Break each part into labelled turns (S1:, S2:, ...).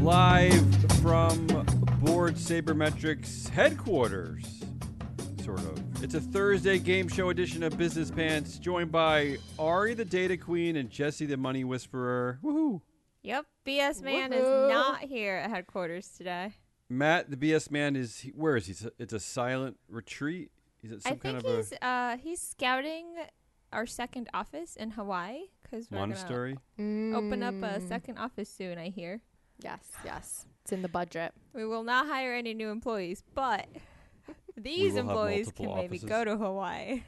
S1: live from Board Sabermetrics headquarters. Sort of. It's a Thursday game show edition of Business Pants, joined by Ari the Data Queen and Jesse the Money Whisperer. Woohoo!
S2: Yep, BS man
S3: Woohoo.
S2: is not here at headquarters today.
S1: Matt, the BS man, is he- where is he? It's a- It's a silent retreat. He's at some
S2: I think
S1: kind of
S2: he's uh he's scouting our second office in Hawaii because
S1: a
S2: we're gonna
S1: monastery.
S2: open up a second office soon. I hear
S3: Yes, yes. It's in the budget.
S2: we will not hire any new employees, but these
S1: will have
S2: employees
S1: multiple
S2: can maybe
S1: offices.
S2: go to Hawaii.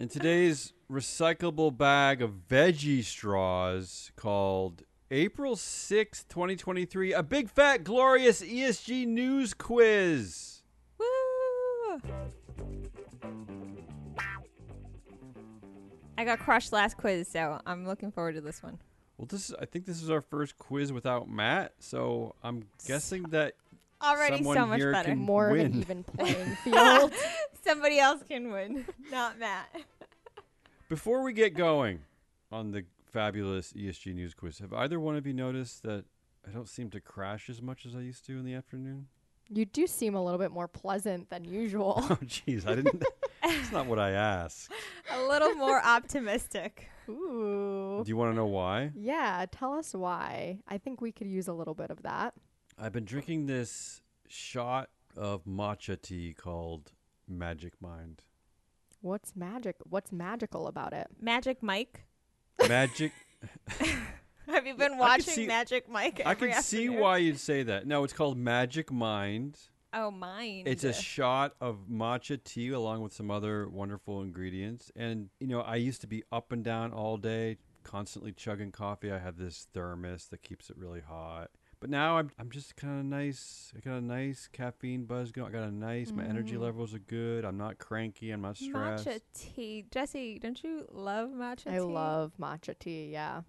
S1: In today's recyclable bag of veggie straws called April 6th, 2023, a big fat glorious ESG news quiz.
S2: Woo! I got crushed last quiz, so I'm looking forward to this one.
S1: Well, this is, I think this is our first quiz without Matt, so I'm guessing that
S2: Already so
S1: Someone
S2: much
S1: here
S2: better.
S1: can-
S3: More of
S1: Win.
S3: an even playing field.
S2: Somebody else can win, not Matt.
S1: before we get going on the fabulous ESG news quiz, have either one of you noticed that I don't seem to crash as much as I used to in the afternoon?
S3: you do seem a little bit more pleasant than usual.
S1: Oh, jeez, I didn't. That's not what I asked.
S2: A little more optimistic.
S3: Ooh.
S1: Do you want to know why?
S3: Yeah, tell us why. I think we could use a little bit of that.
S1: I've been drinking this shot of matcha tea called Magic Mind.
S3: What's magic? What's magical about it?
S2: Magic Mike.
S1: Magic.
S2: Have you been
S1: I can
S2: watching
S1: see-
S2: Magic Mike?
S1: I
S2: every
S1: can see
S2: afternoon?
S1: why you'd say that. No, it's called Magic Mind.
S2: Oh, mine.
S1: It's a shot of matcha tea along with some other wonderful ingredients. And, you know, I used to be up and down all day, constantly chugging coffee. I have this thermos that keeps it really hot. But now I'm, I'm just kind of nice. I got a nice caffeine buzz going. I got a nice, my energy levels are good. I'm not cranky. I'm not stressed.
S2: matcha tea. Jesse, don't you love matcha tea?
S3: I love matcha tea. Yeah.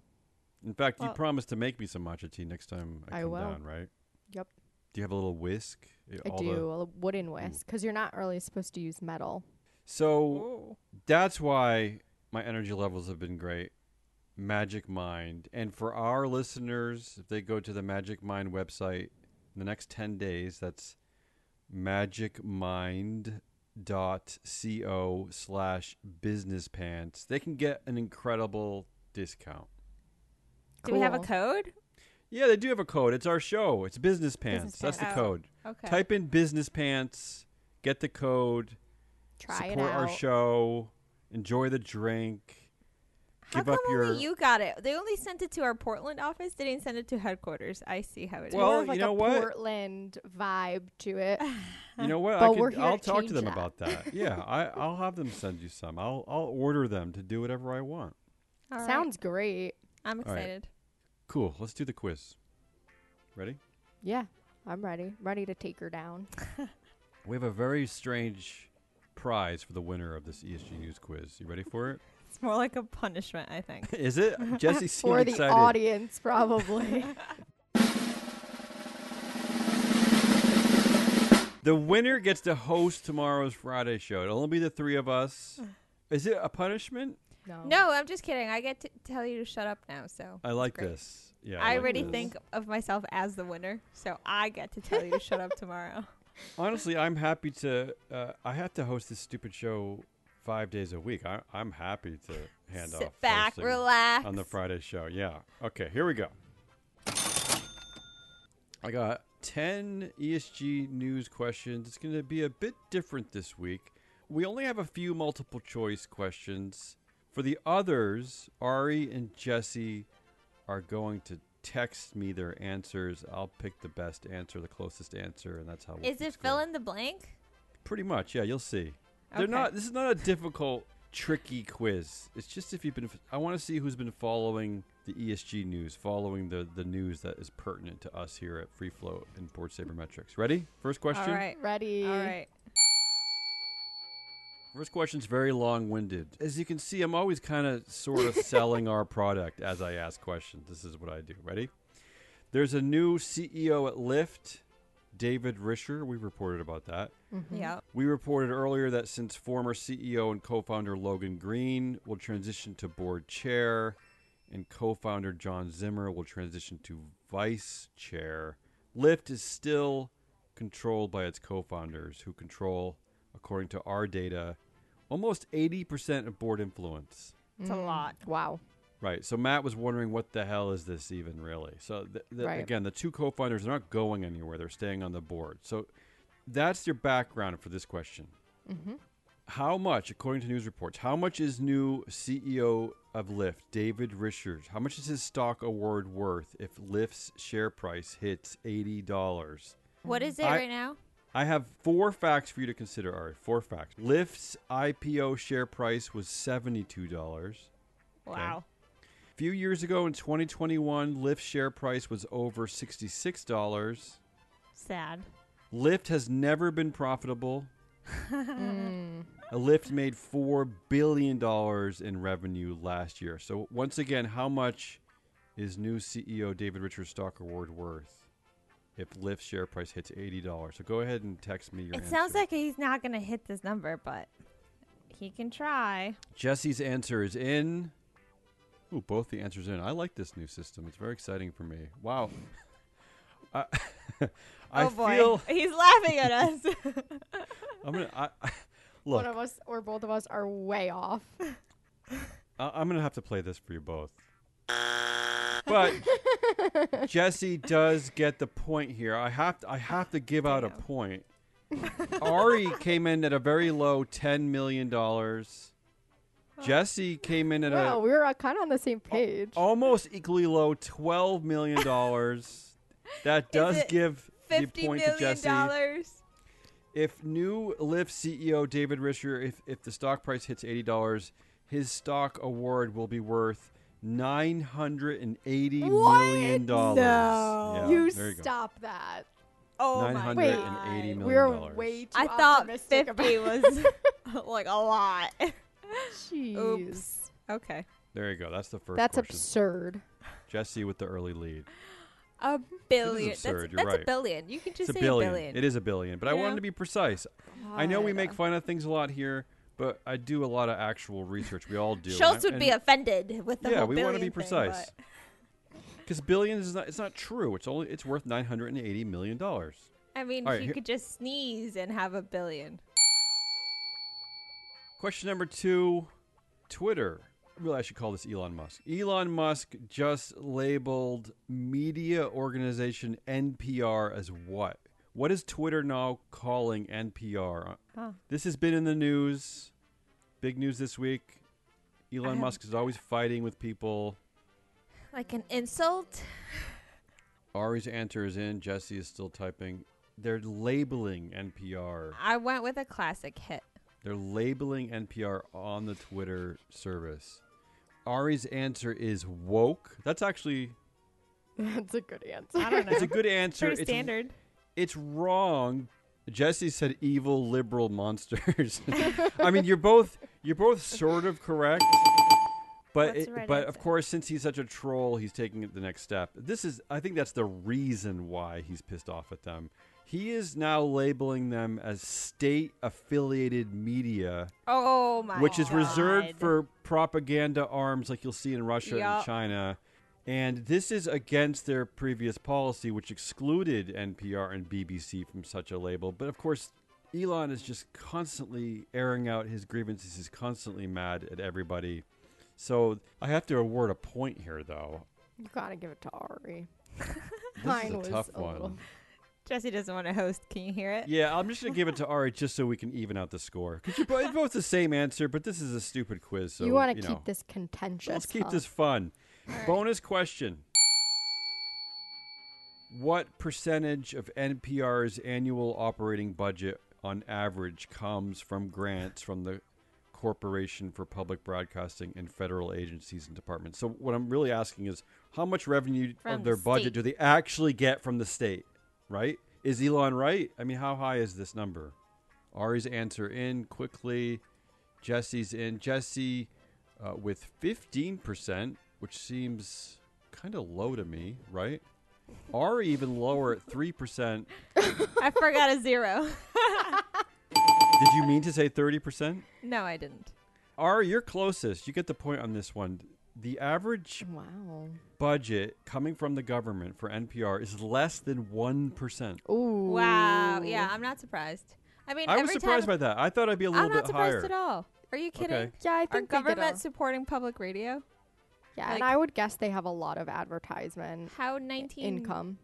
S1: In fact, you
S2: Well-
S1: promised to make me some matcha tea next time I,
S3: I
S1: come
S3: will.
S1: down, right?
S3: Yep.
S1: Do you have a little whisk?
S3: I
S1: All the-
S3: do. A wooden whisk because you're not really supposed to use metal.
S1: So
S2: Ooh.
S1: that's why my energy levels have been great. Magic Mind. And for our listeners, if they go to the Magic Mind website in the next 10 days, that's magicmind.co slash business pants, they can get an incredible discount.
S2: Do we have a
S3: Cool.
S2: code?
S1: Yeah, they do have a code. It's our show. It's Business Pants.
S3: Business
S1: That's
S2: Pants.
S1: the
S2: Oh.
S1: code.
S2: Okay.
S1: Type in business pants, get the code,
S3: Try
S1: support
S3: it out.
S1: our show, enjoy the drink,
S2: How
S1: give
S2: come
S1: up your.
S2: only you got it? They only sent it to our Portland office. They didn't send it to headquarters. I see how it is.
S3: It's
S1: Well,
S3: more of
S1: you
S3: like
S1: know
S3: a
S1: what?
S3: Portland vibe to it.
S1: you know what?
S3: But
S1: I
S3: we're
S1: could,
S3: here
S1: I'll
S3: to
S1: talk
S3: change
S1: to them
S3: that.
S1: about that. Yeah, I, I'll have them send you some. I'll I'll order them to do whatever I want.
S2: All right.
S3: Sounds great.
S2: I'm
S1: All right.
S2: excited.
S1: Cool. Let's do the quiz. Ready?
S3: Yeah, I'm ready. Ready to take her down.
S1: We have a very strange prize for the winner of this ESG news quiz. You ready for it?
S2: It's more like a punishment, I think.
S1: Is it? Jesse seemed
S3: For the
S1: excited.
S3: audience, probably.
S1: The winner gets to host tomorrow's Friday show. It'll only be the three of us. Is it a punishment?
S3: no.
S2: No, I'm just kidding. I get to tell you to shut up now. So
S1: I like
S2: great.
S1: this. Yeah,
S2: I,
S1: like
S2: already
S1: this.
S2: think of myself as the winner, so I get to tell you to shut up tomorrow.
S1: Honestly, I'm happy to. Uh, I have to host this stupid show five days a week. I, I'm happy to hand
S2: Sit
S1: off
S2: back,
S1: hosting
S2: relax.
S1: on the Friday show. Yeah. Okay. Here we go. I got ten ESG news questions. It's going to be a bit different this week. We only have a few multiple choice questions. For the others, Ari and Jesse are going to text me their answers. I'll pick the best answer, the closest answer, and that's how. We'll
S2: Is
S1: keep
S2: it
S1: score.
S2: fill in the blank?
S1: Pretty much, yeah. You'll see. They're
S2: Okay.
S1: not. This is not a difficult, tricky quiz. It's just if you've been. I want to see who's been following the ESG news, following the the news that is pertinent to us here at Free Float and Board Sabermetrics. Ready? First question.
S2: All right.
S3: Ready.
S2: All right.
S1: First question's very long-winded. As you can see, I'm always kind of sort of selling our product as I ask questions. This is what I do. Ready? There's a new CEO at Lyft, David Risher. We reported about that.
S3: Mm-hmm.
S2: Yeah.
S1: We reported earlier that since E former CEO and co founder Logan Green will transition to board chair, and co founder John Zimmer will transition to vice chair. Lyft is still controlled by its co founders, who control, according to our data, almost 80% of board influence.
S2: It's a lot.
S3: Wow.
S1: Right. So Matt was wondering what the hell is this even really? So th- th-
S3: Right.
S1: again, the two co-founders are not going anywhere. They're staying on the board. So that's your background for this question.
S3: hmm
S1: How much, according to news reports, how much is new CEO of Lyft, David Richards, how much is his stock award worth if Lyft's share price hits $80?
S2: What is it
S1: I-
S2: right now?
S1: I have four facts for you to consider, Ari. Four facts. Lyft's IPO share price was $72.
S2: Wow.
S1: few years ago in 2021, Lyft share price was over $66.
S2: Sad.
S1: Lyft has never been profitable. Uh, Lyft made $4 billion in revenue last year. So, once again, how much is new CEO David Richards stock award worth if Lyft share price hits $80? So, go ahead and text me your
S2: It sounds
S1: answer.
S2: like he's not going to hit this number, but he can try.
S1: Jesse's answer is in. Ooh, both the answers in. I like this new system. It's very exciting for me. Wow. I, I
S2: oh boy.
S1: feel
S2: He's laughing at us.
S1: I'm gonna I, I-
S3: One
S1: look.
S3: of us or both of us are way off.
S1: I, I'm gonna have to play this for you both. But Jesse does get the point here. I have to, I have to give out a
S2: Damn.
S1: point. Ari came in at a very low ten million dollars. Jesse came in at a Oh,
S3: Wow, we were kind of on the same page.
S1: almost equally low, twelve million dollars. that does
S2: it
S1: give the
S2: Fifty
S1: point
S2: million
S1: to Jesse.
S2: dollars.
S1: If new Lyft CEO David Risher, if if the stock price hits eighty dollars, his stock award will be worth nine hundred and eighty million dollars.
S2: No.
S1: Yeah,
S3: you
S1: there you go.
S3: stop that.
S2: Oh
S1: Nine
S2: my
S1: hundred
S3: Wait.
S1: and eighty
S3: We
S1: million
S3: We're
S1: dollars.
S3: way too
S2: I thought
S3: optimistic
S2: fifty
S3: about
S2: was like a lot.
S3: Jeez.
S2: Oops. Okay.
S1: There you go. That's the first
S3: That's
S1: question.
S3: absurd.
S1: Jesse with the early lead.
S2: A billion.
S1: absurd,
S2: That's,
S1: you're
S2: that's
S1: right.
S2: a billion. You can just
S1: it's a
S2: say
S1: billion.
S2: a billion.
S1: It is a billion. But I
S2: You
S1: wanted
S2: know?
S1: to be precise. I know we
S2: God.
S1: make fun of things a lot here, but I do a lot of actual research. We all do. And
S2: Schultz would
S1: I-
S2: be
S1: and-
S2: offended with the
S1: yeah,
S2: whole
S1: we
S2: billion
S1: want to be
S2: thing,
S1: precise.
S2: but-
S1: Because billions is not, it's not true. It's only it's worth nine hundred and eighty million dollars.
S2: I mean,
S1: All
S2: if
S1: right,
S2: you
S1: here-
S2: could just sneeze and have a billion.
S1: Question number two, Twitter. Really, I should call this Elon Musk. Elon Musk just labeled media organization NPR as what? What is Twitter now calling NPR?
S2: Huh.
S1: Uh, This has been in the news. Big news this week.
S2: I
S1: Elon
S2: have-
S1: Musk is always fighting with people.
S2: Like an insult?
S1: Ari's answer is in. Jesse is still typing. They're labeling NPR.
S2: I went with a classic hit.
S1: They're labeling NPR on the Twitter service. Ari's answer is woke. That's actually
S3: That's a good answer.
S2: I don't know.
S1: it's a good answer.
S2: Pretty
S1: it's,
S2: standard.
S1: it's wrong. Jesse said evil liberal monsters. I mean, you're both you're both sort of correct. But
S2: What's
S1: it,
S2: the right
S1: but
S2: answer?
S1: of course, since he's such a troll, he's taking it the next step. This is I think that's the reason why he's pissed off at them. He is now labeling them as state affiliated media.
S2: Oh my
S1: which is reserved
S2: God.
S1: for propaganda arms like you'll see in Russia and
S2: Yup.
S1: China. And this is against their previous policy, which excluded NPR and BBC from such a label. But of course, Elon is just constantly airing out his grievances. He's constantly mad at everybody. So I have to award a point here, though.
S3: You gotta give it to Ari.
S1: This
S3: Mine
S1: is
S3: was
S1: a tough
S3: a
S1: one.
S3: little-
S2: Jesse doesn't want to host. Can you hear it?
S1: Yeah, I'm just gonna give it to Ari just so we can even out the score. Because you're bo- it's both the same answer, but this is a stupid quiz. So
S3: you want to
S1: you
S3: keep
S1: know.
S3: this contentious.
S1: Let's keep
S3: huh?
S1: this fun.
S2: right.
S1: Bonus question. What percentage of NPR's annual operating budget on average comes from grants from the Corporation for Public Broadcasting and federal agencies and departments? So what I'm really asking is how much revenue
S2: From
S1: of their
S2: the
S1: budget
S2: state.
S1: do they actually get from the state, right? Is Elon right? I mean, how high is this number? Ari's answer in quickly. Jesse's in. Jesse uh, with 15%, which seems kind of low to me, right? Ari even lower at 3%.
S2: I forgot a zero.
S1: Did you mean to say 30%?
S2: No, I didn't.
S1: Ari, you're closest. You get the point on this one. The average
S3: Wow.
S1: budget coming from the government for NPR is less than 1%.
S3: Ooh.
S2: Wow. Yeah, I'm not surprised. I mean,
S1: I was
S2: every
S1: surprised
S2: time,
S1: by that. I thought I'd be a little
S2: I'm
S1: bit
S2: not surprised
S1: higher.
S2: at all. Are you kidding?
S1: Okay.
S3: Yeah, I
S2: Our
S3: think they did
S2: government
S3: a-
S2: supporting public radio?
S3: Yeah, and
S2: like-
S3: I would guess they have a lot of advertisement
S2: How 19
S3: income.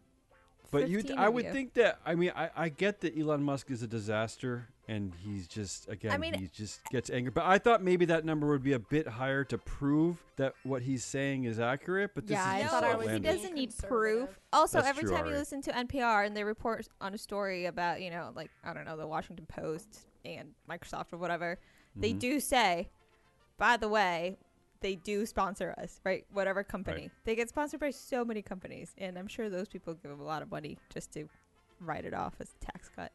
S1: But you,
S2: 15
S1: I
S2: of
S1: would
S2: you.
S1: think that. I mean, I, I get that Elon Musk is a disaster, and he's just again,
S2: mean-
S1: he just gets angry. But I thought maybe that number would be a bit higher to prove that what he's saying is accurate. But this
S3: Yeah, I
S1: is just
S3: thought I
S2: no,
S3: was
S2: he
S1: outlandish.
S2: doesn't need proof.
S3: conservative.
S2: Also,
S1: That's
S2: every
S1: true,
S2: time you
S1: Ari.
S2: listen to NPR and they report on a story about, you know, like, I don't know, the Washington Post and Microsoft or whatever, they
S1: Mhm.
S2: do say, by the way, they do sponsor us, right? Whatever company. They get sponsored by so many companies. And I'm sure those people give them a lot of money just to write it off as a tax cut.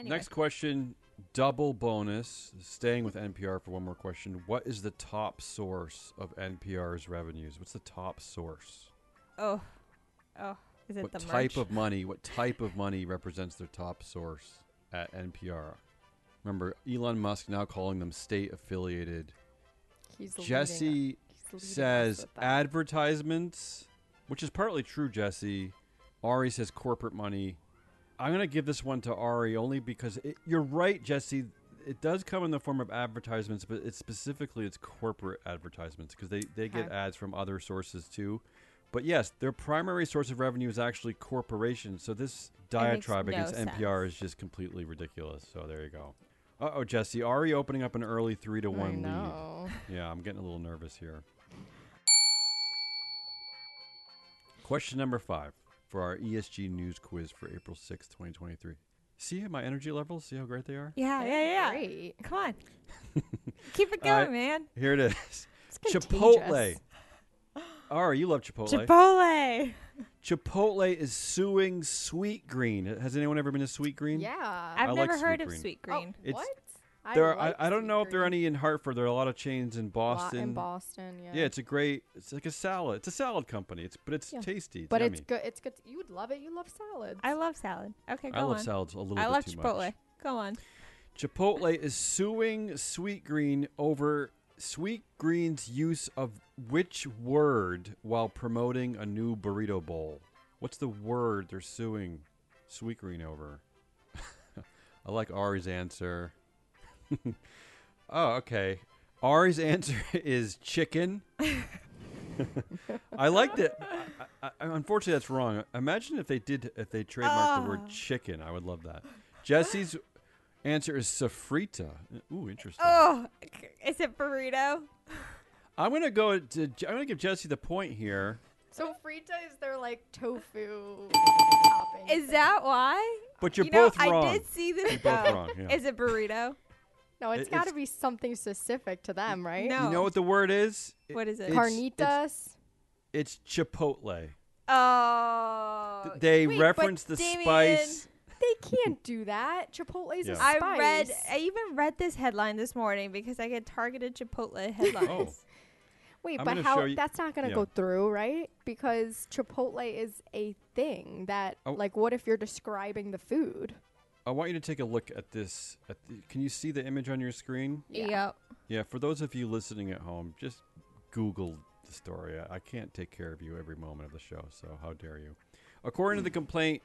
S2: Anyway,
S1: Next question, double bonus. Staying with NPR for one more question. What is the top source of NPR's revenues? What's the top source?
S2: Oh, oh, is it
S1: what
S2: the
S1: type
S2: merch?
S1: of money? What type of money represents their top source at NPR? Remember, Elon Musk now calling them state affiliated.
S3: He's leading-
S1: Jesse
S3: he's leading us
S1: says
S3: with that.
S1: advertisements, which is partly true, Jesse. Ari says corporate money. I'm going to give this one to Ari only because it, you're right, Jesse. It does come in the form of advertisements, but it's specifically it's corporate advertisements because they, they get
S3: Okay.
S1: ads from other sources too. But yes, their primary source of revenue is actually corporations. So this
S2: That makes
S1: diatribe
S2: no
S1: against NPR
S2: sense.
S1: is just completely ridiculous. So there you go. Uh oh, Jesse. Ari opening up an early three to
S3: I
S1: one lead.
S3: know.
S1: Yeah, I'm getting a little nervous here. Question number five for our ESG news quiz for April sixth, 2023. See my energy levels? See how great they are?
S2: Yeah,
S3: That's
S2: yeah, yeah.
S3: Great.
S2: Come on. Keep it
S1: All
S2: going,
S1: right.
S2: man.
S1: Here it is
S3: It's
S1: Chipotle.
S3: contagious.
S1: Ari, you love Chipotle.
S2: Chipotle.
S1: Chipotle is suing Sweet Green. Has anyone ever been to Sweet Green?
S3: Yeah.
S2: I've
S1: I like
S2: never
S1: sweet
S2: heard
S1: green.
S2: of sweet
S3: Oh,
S2: green.
S1: It's-
S3: what? I
S1: There are,
S3: like
S1: I, I don't
S3: sweet
S1: know if there are
S3: green.
S1: any in Hartford. There are a lot of chains in
S3: Lot
S1: Boston.
S3: in Boston. Yeah.
S1: Yeah, it's a great. It's like a salad. It's a salad company. It's but it's
S3: Yeah.
S1: tasty. It's
S3: but
S1: yummy.
S3: it's good. It's good. You would love it. You love salads.
S2: I love salad. Okay, go
S1: I love
S2: on.
S1: salads a little
S2: I
S1: bit
S2: love
S1: too
S2: Chipotle.
S1: much.
S2: Go on.
S1: Chipotle is suing Sweet Green over Sweet Green's use of which word while promoting a new burrito bowl. What's the word they're suing Sweet Green over? I like Ari's answer. oh, okay. Ari's answer is chicken. I liked it. I, I, unfortunately, that's wrong. Imagine if they did if they trademarked the
S2: Ah.
S1: word chicken. I would love that. Jesse's answer is sofrita. Ooh, interesting.
S2: Oh, is it burrito?
S1: I'm gonna go to. I'm gonna give Jesse the point here.
S3: so frita is their like tofu topping.
S2: Is
S3: thing.
S2: that why?
S1: But you're
S2: you know,
S1: both wrong.
S2: I did see this.
S1: You're both
S2: though.
S1: wrong. Yeah.
S2: Is it burrito?
S3: No,
S1: It-
S3: it's got to be something specific to them, right?
S2: No.
S1: You know what the word is? It-
S2: What is it?
S1: it's- it's-
S3: Carnitas.
S1: It's chipotle.
S2: Oh.
S1: Th- They
S2: Wait, but
S1: reference the
S2: Damien,
S1: spice.
S3: They can't do that. Chipotle's
S1: Yeah.
S3: a
S2: I
S3: spice.
S2: read. I even read this headline this morning because I get targeted Chipotle headlines.
S1: Oh.
S3: Wait,
S1: I'm
S3: but
S1: gonna
S3: how?
S1: show you-
S3: That's not gonna
S1: Yeah.
S3: go through, right? Because Chipotle is a thing that,
S1: Oh.
S3: like, what if you're describing the food?
S1: I want you to take a look at this. At the, can you see the image on your screen?
S3: Yeah.
S2: Yep.
S1: Yeah. For those of you listening at home, just Google the story. I, I can't take care of you every moment of the show, so how dare you? According to the complaint,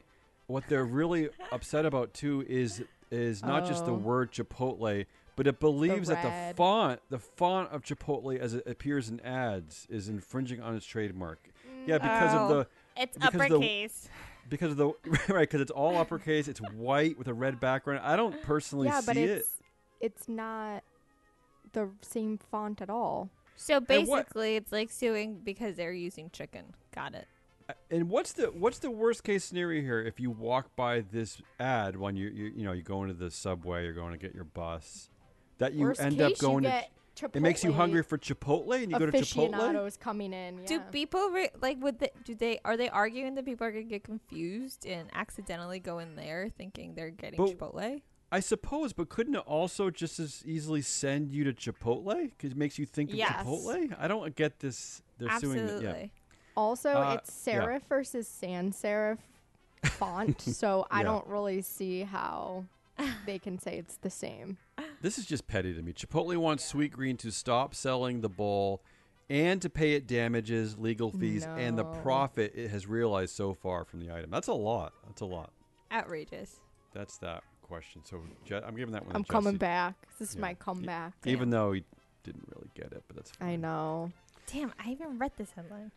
S1: what they're really upset about too is is not just the
S3: Oh.
S1: word Chipotle, but it believes that the
S3: red.
S1: font, the font of Chipotle as it appears in ads, is infringing on its trademark.
S3: Mm,
S1: Yeah, because of
S2: Oh.
S1: the
S2: It's
S1: Because the-
S2: uppercase.
S1: because of the right because it's all uppercase it's white with a red background i don't personally
S3: yeah,
S1: see
S3: but
S1: it
S3: it's it's not the same font at all.
S2: So
S1: And what-
S2: basically, it's like suing because they're using chicken. Got it.
S1: and what's the what's the worst case scenario here if you walk by this ad when you you, you know you go into the subway you're going to get your bus that you
S3: Worst
S1: end
S3: case,
S1: up going
S3: you
S1: to
S3: get Chipotle
S1: it makes you hungry for chipotle and you go to chipotle
S3: aficionados coming in. Yeah.
S2: Do people re- like would they, do they are they arguing that people are gonna get confused and accidentally go in there thinking they're getting
S1: But-
S2: Chipotle?
S1: i suppose but couldn't it also just as easily send you to chipotle because it makes you think of
S2: Yes.
S1: chipotle i don't get this they're suing the, yeah
S2: Absolutely.
S3: also,
S1: uh,
S3: it's serif versus sans serif font, so I
S1: Yeah.
S3: don't really see how they can say it's the same.
S1: This is just petty to me. Chipotle wants Sweetgreen to stop selling the bowl and to pay it damages, legal fees, and the
S3: No.
S1: profit it has realized so far from the item. That's a lot. That's a lot.
S2: Outrageous.
S1: That's that question. So Je- I'm giving that one. to
S3: I'm coming
S1: Jesse,
S3: back. This is
S1: Yeah. E-
S3: my comeback.
S1: Even though he didn't really get it, but that's fine.
S3: I know.
S2: Damn, I even read this headline.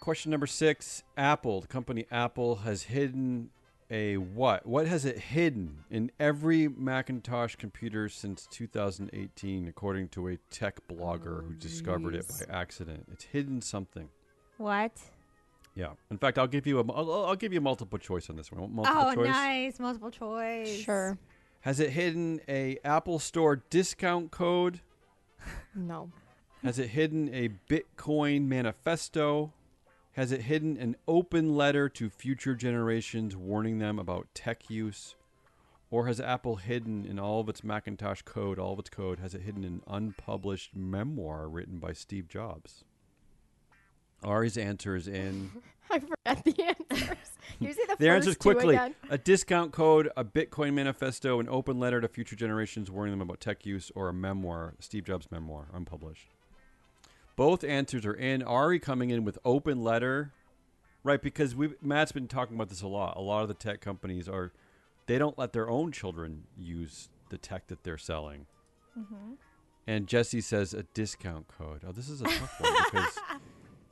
S1: Question number six Apple, the company Apple, has hidden a what? What has it hidden in every Macintosh computer since 2018, according to a tech blogger
S2: Oh,
S1: who discovered it
S3: Jeez.
S1: by accident? It's hidden something.
S2: What?
S1: Yeah. In fact, I'll give you a I'll, I'll give you a multiple choice on this one. Multiple
S2: oh,
S1: choice.
S2: nice. Multiple choice.
S3: Sure.
S1: Has it hidden a Apple Store discount code?
S3: No.
S1: Has it hidden a Bitcoin manifesto? Has it hidden an open letter to future generations warning them about tech use? Or has Apple hidden in all of its Macintosh code, all of its code, has it hidden an unpublished memoir written by Steve Jobs? Ari's answer is in.
S3: I forgot the answers. You see the
S1: The
S3: first
S1: answers
S3: two
S1: quickly
S3: again.
S1: a discount code, a Bitcoin manifesto, an open letter to future generations warning them about tech use, or a memoir, Steve Jobs' memoir, unpublished. Both answers are in. Ari coming in with open letter, right? Because we Matt's been talking about this a lot. A lot of the tech companies are, they don't let their own children use the tech that they're selling.
S2: Mm-hmm.
S1: And Jesse says a discount code. Oh, this is a tough one because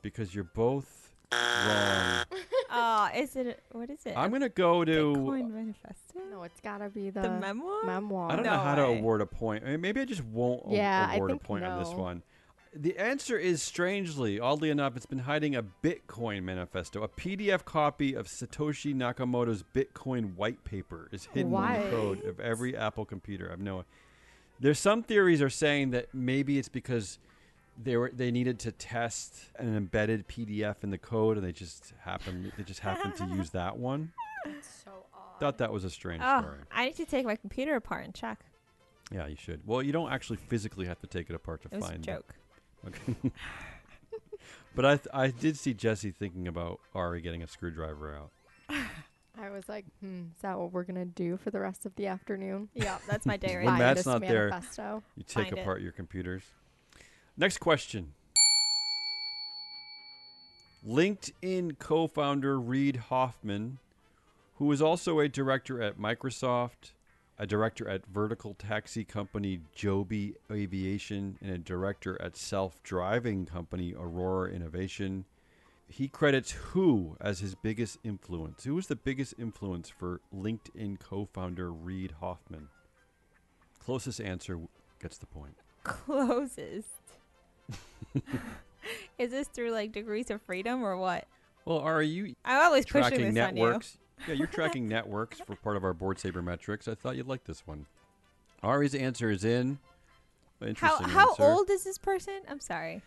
S1: because you're both wrong.
S2: Oh, is it? What is it?
S1: I'm gonna go to
S2: Bitcoin manifesto.
S3: No, it's gotta be the,
S2: the memoir.
S3: memoir.
S1: I don't
S2: No
S1: know how to
S2: way.
S1: award a point. I mean, maybe I just won't a-
S3: Yeah, I
S1: award a
S3: think
S1: point on this
S3: no.
S1: one. The answer is strangely, oddly enough, it's been hiding a Bitcoin manifesto. A PDF copy of Satoshi Nakamoto's Bitcoin white paper is hidden in
S3: What?
S1: the code of every Apple computer. I've no. There's some theories are saying that maybe it's because they were they needed to test an embedded PDF in the code, and they just happened they just happened to use that one.
S3: So
S1: Thought that was a strange
S2: Oh,
S3: Ah.
S1: story.
S2: I need to take my computer apart and check.
S1: Yeah, you should. Well, you don't actually physically have to take it apart to
S2: It was a
S1: find. it.
S2: joke.
S1: Okay. but I, th- I did see Jesse thinking about Ari getting a screwdriver out.
S3: I was like, hmm, is that what we're gonna do for the rest of the afternoon?
S2: Yeah, that's my day
S1: When
S2: right now.
S3: Buy
S1: Matt's
S3: this
S1: not there-
S3: manifesto.
S1: You take
S2: Find it.
S1: apart your computers. Next question. LinkedIn co founder Reid Hoffman, who is also a director at Microsoft, a director at vertical taxi company Joby Aviation, and a director at self driving company Aurora Innovation. He credits who as his biggest influence? Who was the biggest influence for LinkedIn co founder Reid Hoffman? Closest answer w- gets the point.
S2: Closest. is this through like degrees of freedom or what?
S1: Well, are you
S2: I'm always pushing
S1: tracking
S2: this
S1: networks? yeah, you're tracking networks for part of our board saber metrics. I thought you'd like this one. Ari's answer is in.
S2: on you. How
S1: Interesting
S2: how
S1: answer.
S2: old is this person? I'm sorry.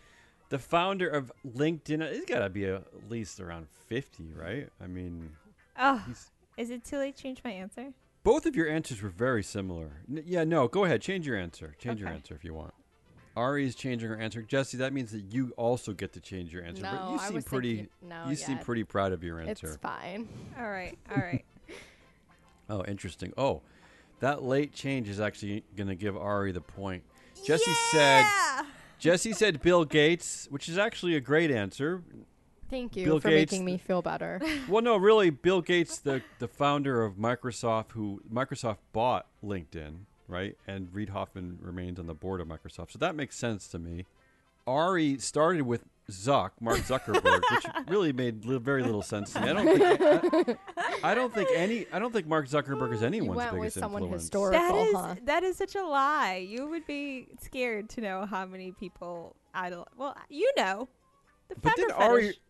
S1: The founder of LinkedIn, uh, he's got to be at least around 50, right? I mean,
S2: Oh,
S1: he's.
S2: is it too late to change my answer?
S1: Both of your answers were very similar. N- yeah, no, go ahead. Change your answer. Change your
S2: Okay.
S1: answer if you want. Ari is changing her answer. Jesse, that means that you also get to change your answer. but
S3: No,
S1: you
S3: I
S1: seem
S3: was
S1: pretty.
S3: thinking- no,
S1: you seem
S3: yeah,
S1: pretty proud of your
S3: It's
S1: answer.
S3: fine.
S2: All right, all right.
S1: Oh, interesting. Oh, that late change is actually going to give Ari the point. Jesse said
S2: Yeah!
S1: Jesse said Bill Gates, which is actually a great answer.
S3: Thank you
S1: Bill
S3: for
S1: Gates-
S3: making me feel better.
S1: Well, no, really Bill Gates the the founder of Microsoft who Microsoft bought LinkedIn, right? And Reid Hoffman remains on the board of Microsoft. So that makes sense to me. Ari started with Zuck, Mark Zuckerberg, which really made li- very little sense to me. I don't think I, I don't think any I don't think Mark Zuckerberg is anyone's
S3: went with
S1: biggest
S3: someone
S1: influence.
S3: historic.
S2: That
S3: Oracle,
S2: is
S3: huh?
S2: that is such a lie. You would be scared to know how many people idol. Well, you know, the
S1: But did
S2: founder
S1: Ari
S2: fetish.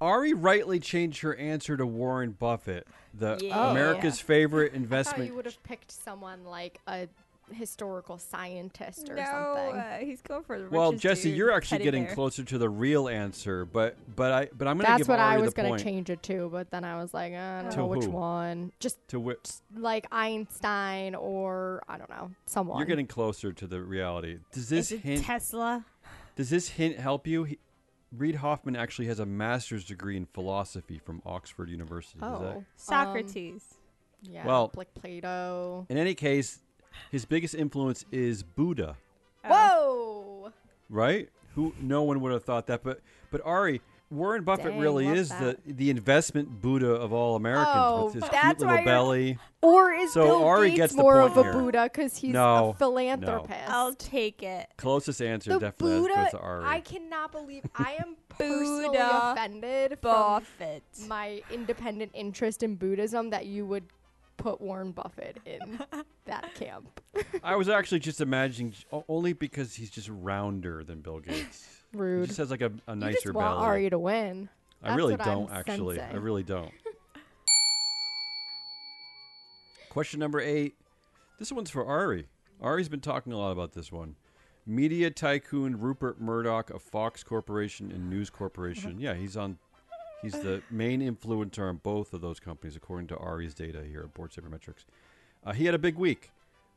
S1: Ari rightly changed her answer to Warren Buffett, the
S2: Yeah. Oh,
S1: America's favorite investment.
S3: you would have picked someone like a historical scientist or
S2: no,
S3: something.
S2: uh, he's going for the
S1: well,
S2: richest
S1: Jesse,
S2: dude,
S1: you're actually
S2: teddy
S1: getting
S2: bear.
S1: closer to the real answer, but but I but I'm going to
S3: That's
S1: give
S3: what
S1: Ari
S3: I was
S1: the
S3: gonna
S1: point
S3: change it to, but then I was like, I don't
S1: To
S3: know which
S1: who?
S3: one. Just
S1: to which
S3: like Einstein or I don't know someone.
S1: you're getting closer to the reality. Does
S2: Is
S1: this
S2: it
S1: hint
S2: Tesla.
S1: does this hint help you? He, Reed Hoffman actually has a master's degree in philosophy from Oxford University. Does that-
S3: oh
S2: Socrates.
S3: yeah,
S1: Well-
S3: like Plato.
S1: in any case, His biggest influence is Buddha,
S2: Oh.
S3: Whoa!
S1: right? Who no one would have thought that, but but Ari, Warren Buffett
S3: Dang,
S1: really
S3: love
S1: is
S3: that.
S1: the the investment Buddha of all Americans with
S3: Oh,
S1: his cute
S3: that's why
S1: little
S3: you're-
S1: belly.
S3: Or is
S1: So
S3: Bill
S1: Ari
S3: Gates
S1: gets the
S3: more
S1: point
S3: of a
S1: here.
S3: Buddha because he's
S1: No,
S3: a philanthropist?
S2: I'll take it.
S1: Closest answer
S3: the
S1: definitely
S3: Buddha.
S1: goes to Ari.
S3: I cannot believe I am personally
S2: Buddha
S3: offended from
S2: Buffett.
S3: my independent interest in Buddhism that you would put Warren Buffett in that camp.
S1: I was actually just imagining o- only because he's just rounder than Bill Gates. He
S3: Rude.
S1: just has like a, a
S3: you
S1: nicer
S3: just want
S1: belly.
S3: Ari to win.
S1: I
S3: that's
S1: really
S3: what I'm
S1: don't actually. I
S3: sensing.
S1: really don't. Question number eight. This one's for Ari. Ari's been talking a lot about this one. Media tycoon Rupert Murdoch of Fox Corporation and News Corporation. Yeah, he's on. He's the main influencer on both of those companies, according to Ari's data here at Board Sabermetrics. Uh, he had a big week.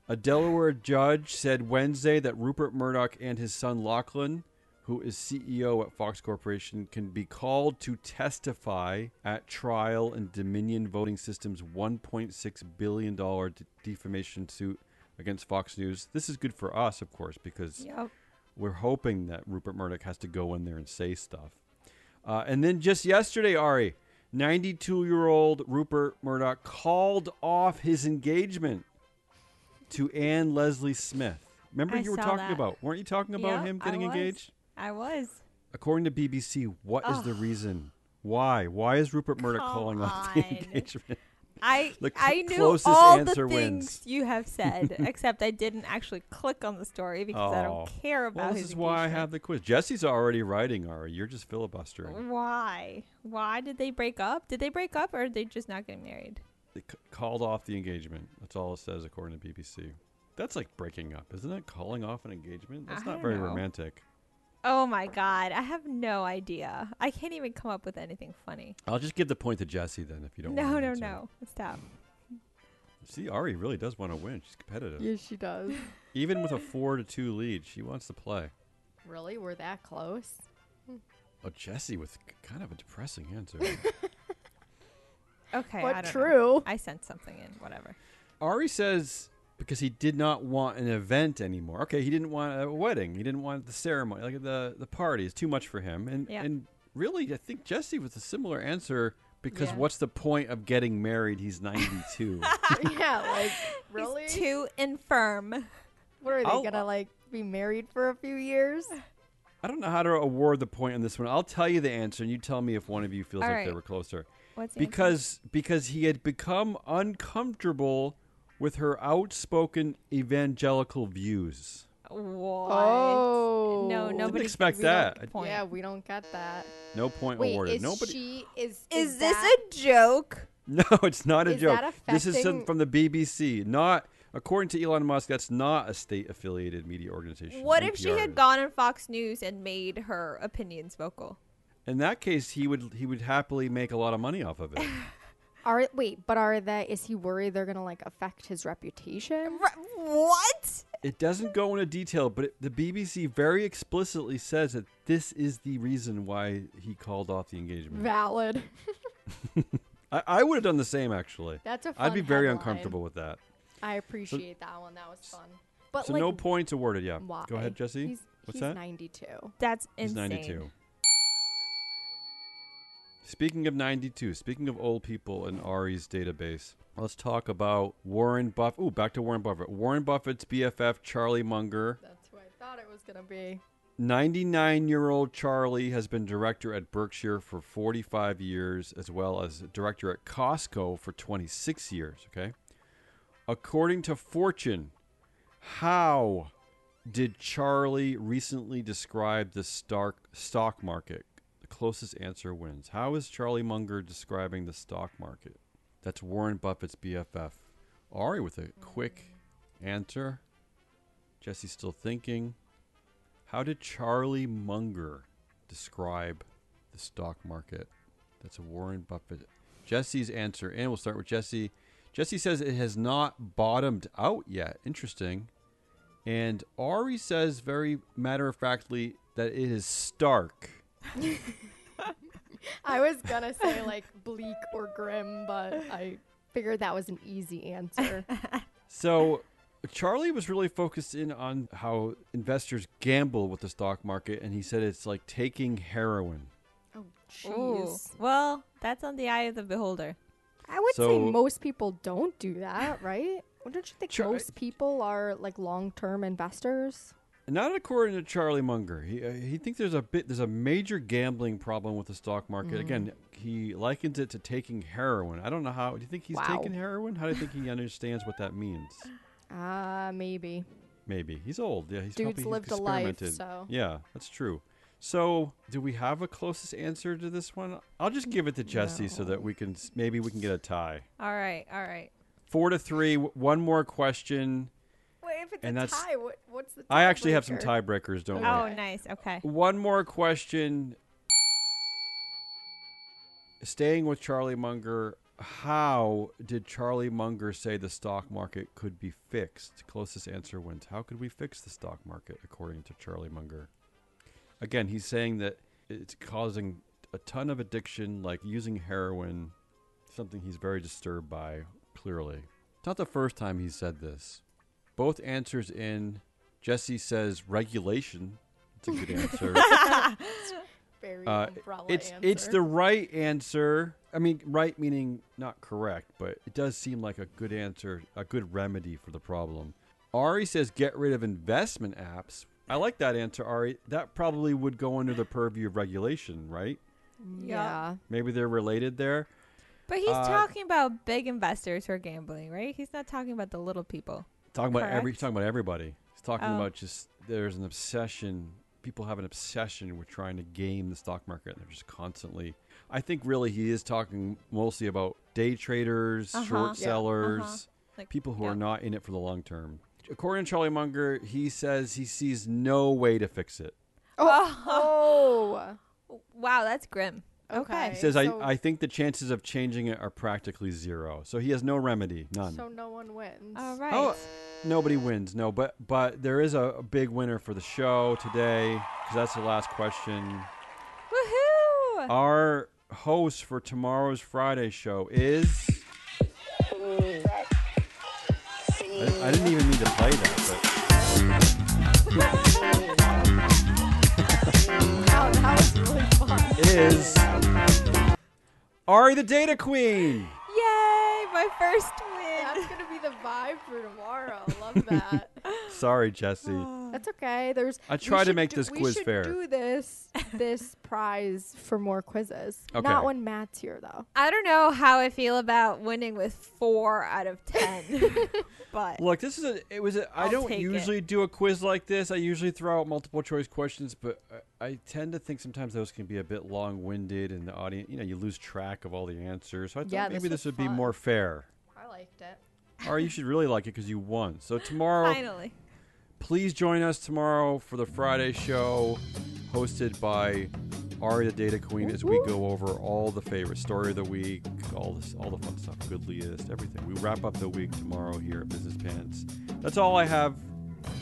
S1: A Delaware judge said Wednesday that Rupert Murdoch and his son Lachlan, who is CEO at Fox Corporation, can be called to testify at trial in Dominion Voting System's $1.6 billion de- defamation suit against Fox News. This is good for us, of course, because
S2: Yep.
S1: we're hoping that Rupert Murdoch has to go in there and say stuff. Uh, and then just yesterday, Ari, 92 year old Rupert Murdoch called off his engagement to Anne Leslie Smith. Remember,
S2: I
S1: you were
S2: saw
S1: talking
S2: that.
S1: about, weren't you talking about
S2: Yep,
S1: him
S2: I
S1: getting
S2: was.
S1: engaged?
S2: I was.
S1: According to BBC, what is the reason? Why? Why is Rupert Murdoch
S2: Come
S1: calling off the
S2: on.
S1: engagement?
S2: I
S1: The cl-
S2: I knew
S1: closest
S2: all the
S1: answer
S2: things
S1: wins.
S2: you have said, except I didn't actually click on the story because I
S1: Oh.
S2: don't care about.
S1: Well, this
S2: his
S1: is why I
S2: engagement.
S1: have the quiz. Jesse's already writing, Ari. You're just filibustering.
S2: Why? Why did they break up? Did they break up, or are they just not getting married?
S1: They c- called off the engagement. That's all it says, according to BBC. That's like breaking up, isn't it? Calling off an engagement? That's
S2: I
S1: not
S2: don't
S1: very
S2: know.
S1: romantic.
S2: Oh my god, I have no idea. I can't even come up with anything funny.
S1: I'll just give the point to Jesse then, if you don't.
S2: no,
S1: wanna
S2: no,
S1: answer.
S2: no. Stop.
S1: See, Ari really does want to win. She's competitive,
S3: Yes, she does.
S1: even with a four to two lead. She wants to play.
S3: really? We're that close?
S1: Oh, Jesse with k- kind of a depressing answer.
S2: Okay, I
S3: but
S2: don't know.
S3: true.
S2: I sent something in. Whatever.
S1: Ari says because he did not want an event anymore. Okay, he didn't want a wedding. He didn't want the ceremony, like the the party is too much for him. And
S2: Yeah.
S1: and really, I think Jesse was a similar answer because
S2: Yeah.
S1: what's the point of getting married? He's ninety two.
S3: yeah, like really?
S2: He's too infirm.
S3: what are they
S1: I'll-
S3: gonna like be married for a few years?
S1: I don't know how to award the point on this one. I'll tell you the answer, and you tell me if one of you feels
S2: All
S1: like they
S2: right.
S1: were closer.
S2: What's the answer?
S1: because because he had become uncomfortable with her outspoken evangelical views.
S2: What?
S3: Oh.
S2: No,
S3: Didn't
S2: nobody
S1: expect
S2: we don't
S1: that.
S2: get point.
S3: Yeah, we don't get that.
S1: No point
S3: Wait,
S1: awarded.
S3: is
S1: Nobody.
S3: she is
S2: Is,
S3: is
S2: this
S3: that-
S2: a joke?
S1: no, it's not a
S3: Is
S1: joke.
S3: that
S1: This is some-
S3: affecting-
S1: from the BBC. Not according to Elon Musk. That's not a state-affiliated media organization.
S2: What if she
S1: NPR
S2: had
S1: is.
S2: gone on Fox News and made her opinions vocal?
S1: In that case, he would he would happily make a lot of money off of it.
S3: Are wait, but are they? Is he worried they're gonna like affect his reputation?
S2: what?
S1: It doesn't go into detail, but it, the BBC very explicitly says that this is the reason why he called off the engagement.
S3: Valid.
S1: I, I would have done the same actually.
S3: That's a. Fun
S1: I'd be very
S3: headline.
S1: uncomfortable with that.
S3: I appreciate that one. That was fun. But
S1: so
S3: like,
S1: no points awarded. Yeah.
S3: why?
S1: Go ahead, Jesse.
S3: He's,
S1: What's
S3: he's
S1: that?
S3: Ninety-two.
S2: That's
S1: He's
S2: insane.
S1: 92. Speaking of 92, speaking of old people in Ari's database, let's talk about Warren Buff. Ooh, back to Warren Buffett. Warren Buffett's BFF, Charlie Munger.
S3: That's who I thought it was gonna be.
S1: 99 year old Charlie has been director at Berkshire for 45 years, as well as director at Costco for 26 years. Okay. According to Fortune, how did Charlie recently describe the stark stock market? The closest answer wins. How is Charlie Munger describing the stock market? That's Warren Buffett's BFF. Ari with a quick answer. Jesse's still thinking. How did Charlie Munger describe the stock market? That's a Warren Buffett. Jesse's answer, and we'll start with Jesse. Jesse says it has not bottomed out yet. Interesting. And Ari says very matter of factly that it is stark.
S3: I was gonna say like bleak or grim, but I figured that was an easy answer.
S1: So Charlie was really focused in on how investors gamble with the stock market, and he said it's like taking heroin.
S3: Oh,
S2: Ooh. Well, that's on the eye of the beholder.
S3: I would say
S1: So-
S3: most people don't do that, right? Well, don't you think
S1: Sure, I-
S3: most people are like long-term investors?
S1: Not according to Charlie Munger. He uh, he thinks there's a bit there's a major gambling problem with the stock
S3: Mm.
S1: market. Again, he likens it to taking heroin. I don't know how. Do you think he's
S3: Wow.
S1: taking heroin? How do you think he understands what that means?
S3: Ah, maybe.
S1: Maybe he's old. Yeah, he's
S3: Dude's
S1: probably he's
S3: lived a life,
S1: experimented.
S3: so-
S1: yeah, that's true. So, do we have a closest answer to this one? I'll just give it to Jesse so that we can s- maybe we can get a tie.
S2: All right, all right.
S1: Four to three. w- One more question.
S3: Wait, if it's
S1: And
S3: a
S1: that's-
S3: tie, what, what's the?
S1: I actually have some
S3: tiebreaker?
S1: tiebreakers. Don't
S2: Oh,
S1: worry.
S3: Okay.
S2: nice. Okay.
S1: One more question. Staying with Charlie Munger, how did Charlie Munger say the stock market could be fixed? Closest answer wins. How could we fix the stock market, according to Charlie Munger? Again, he's saying that it's causing a ton of addiction, like using heroin, something he's very disturbed by, clearly. It's not the first time he said this. Both answers in. Jesse says regulation. It's a good answer.
S3: Very
S1: Uh,
S3: umbrella
S1: it's
S3: answer.
S1: it's the right answer. I mean, right meaning not correct, but it does seem like a good answer, a good remedy for the problem. Ari says get rid of investment apps. I like that answer, Ari. That probably would go under the purview of regulation, right?
S3: yeah.
S1: Maybe they're related there.
S2: But he's
S1: Uh,
S2: talking about big investors who are gambling, right? He's not talking about the little people.
S1: Talking about every
S2: Correct.
S1: talking about everybody. He's talking
S2: Oh.
S1: about just there's an obsession. People have an obsession with trying to game the stock market. They're just constantly. I think really he is talking mostly about day traders,
S2: Uh-huh.
S1: short
S2: Yeah.
S1: sellers,
S2: Like,
S1: people who
S2: yeah.
S1: are not in it for the long term. According to Charlie Munger, he says he sees no way to fix it.
S3: Oh.
S2: Wow, that's grim.
S3: Okay.
S2: Okay.
S1: He says,
S3: so-
S1: I, I think the chances of changing it are practically zero. So he has no remedy, none.
S3: So no one wins.
S2: All right.
S1: Oh, nobody wins. No, but but there is a, a big winner for the show today because that's the last question.
S2: Woohoo!
S1: Uh, Our host for tomorrow's Friday show is. I, I didn't even mean to play that,
S3: Wow, that was really fun.
S1: but is Ari the Data Queen.
S2: Yay! My first win.
S3: That's gonna be the vibe for tomorrow. Love that.
S1: Sorry, Jesse.
S3: That's okay. There's.
S1: I
S3: we
S1: try to
S3: should
S1: make
S3: do-
S1: this
S3: we
S1: quiz
S3: should
S1: fair.
S3: Do this this prize for more quizzes.
S1: Okay.
S3: Not when Matt's here though.
S2: I don't know how I feel about winning with four out of ten, but
S1: Look, this is a. It was. A, I
S2: I'll
S1: don't
S2: take it.
S1: usually do a quiz like this. I usually throw out multiple choice questions, but I, I tend to think sometimes those can be a bit long winded, and the audience, you know, you lose track of all the answers. So I thought
S3: Yeah, this
S1: maybe
S3: was
S1: this would be
S3: fun.
S1: more fair.
S3: I liked it.
S1: Or you should really like it because you won. So tomorrow,
S2: finally.
S1: please join us tomorrow for the Friday show, hosted by Ari the Data Queen, as we go over all the favorite story of the week, all this, all the fun stuff, good list, everything. We wrap up the week tomorrow here at Business Pants. That's all I have.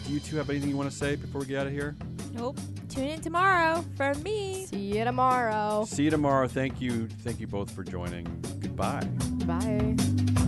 S1: Do you two have anything you want to say before we get out of here?
S2: Nope. Tune in tomorrow for me.
S3: See you tomorrow.
S1: See you tomorrow. Thank you, thank you both for joining. Goodbye.
S3: Bye.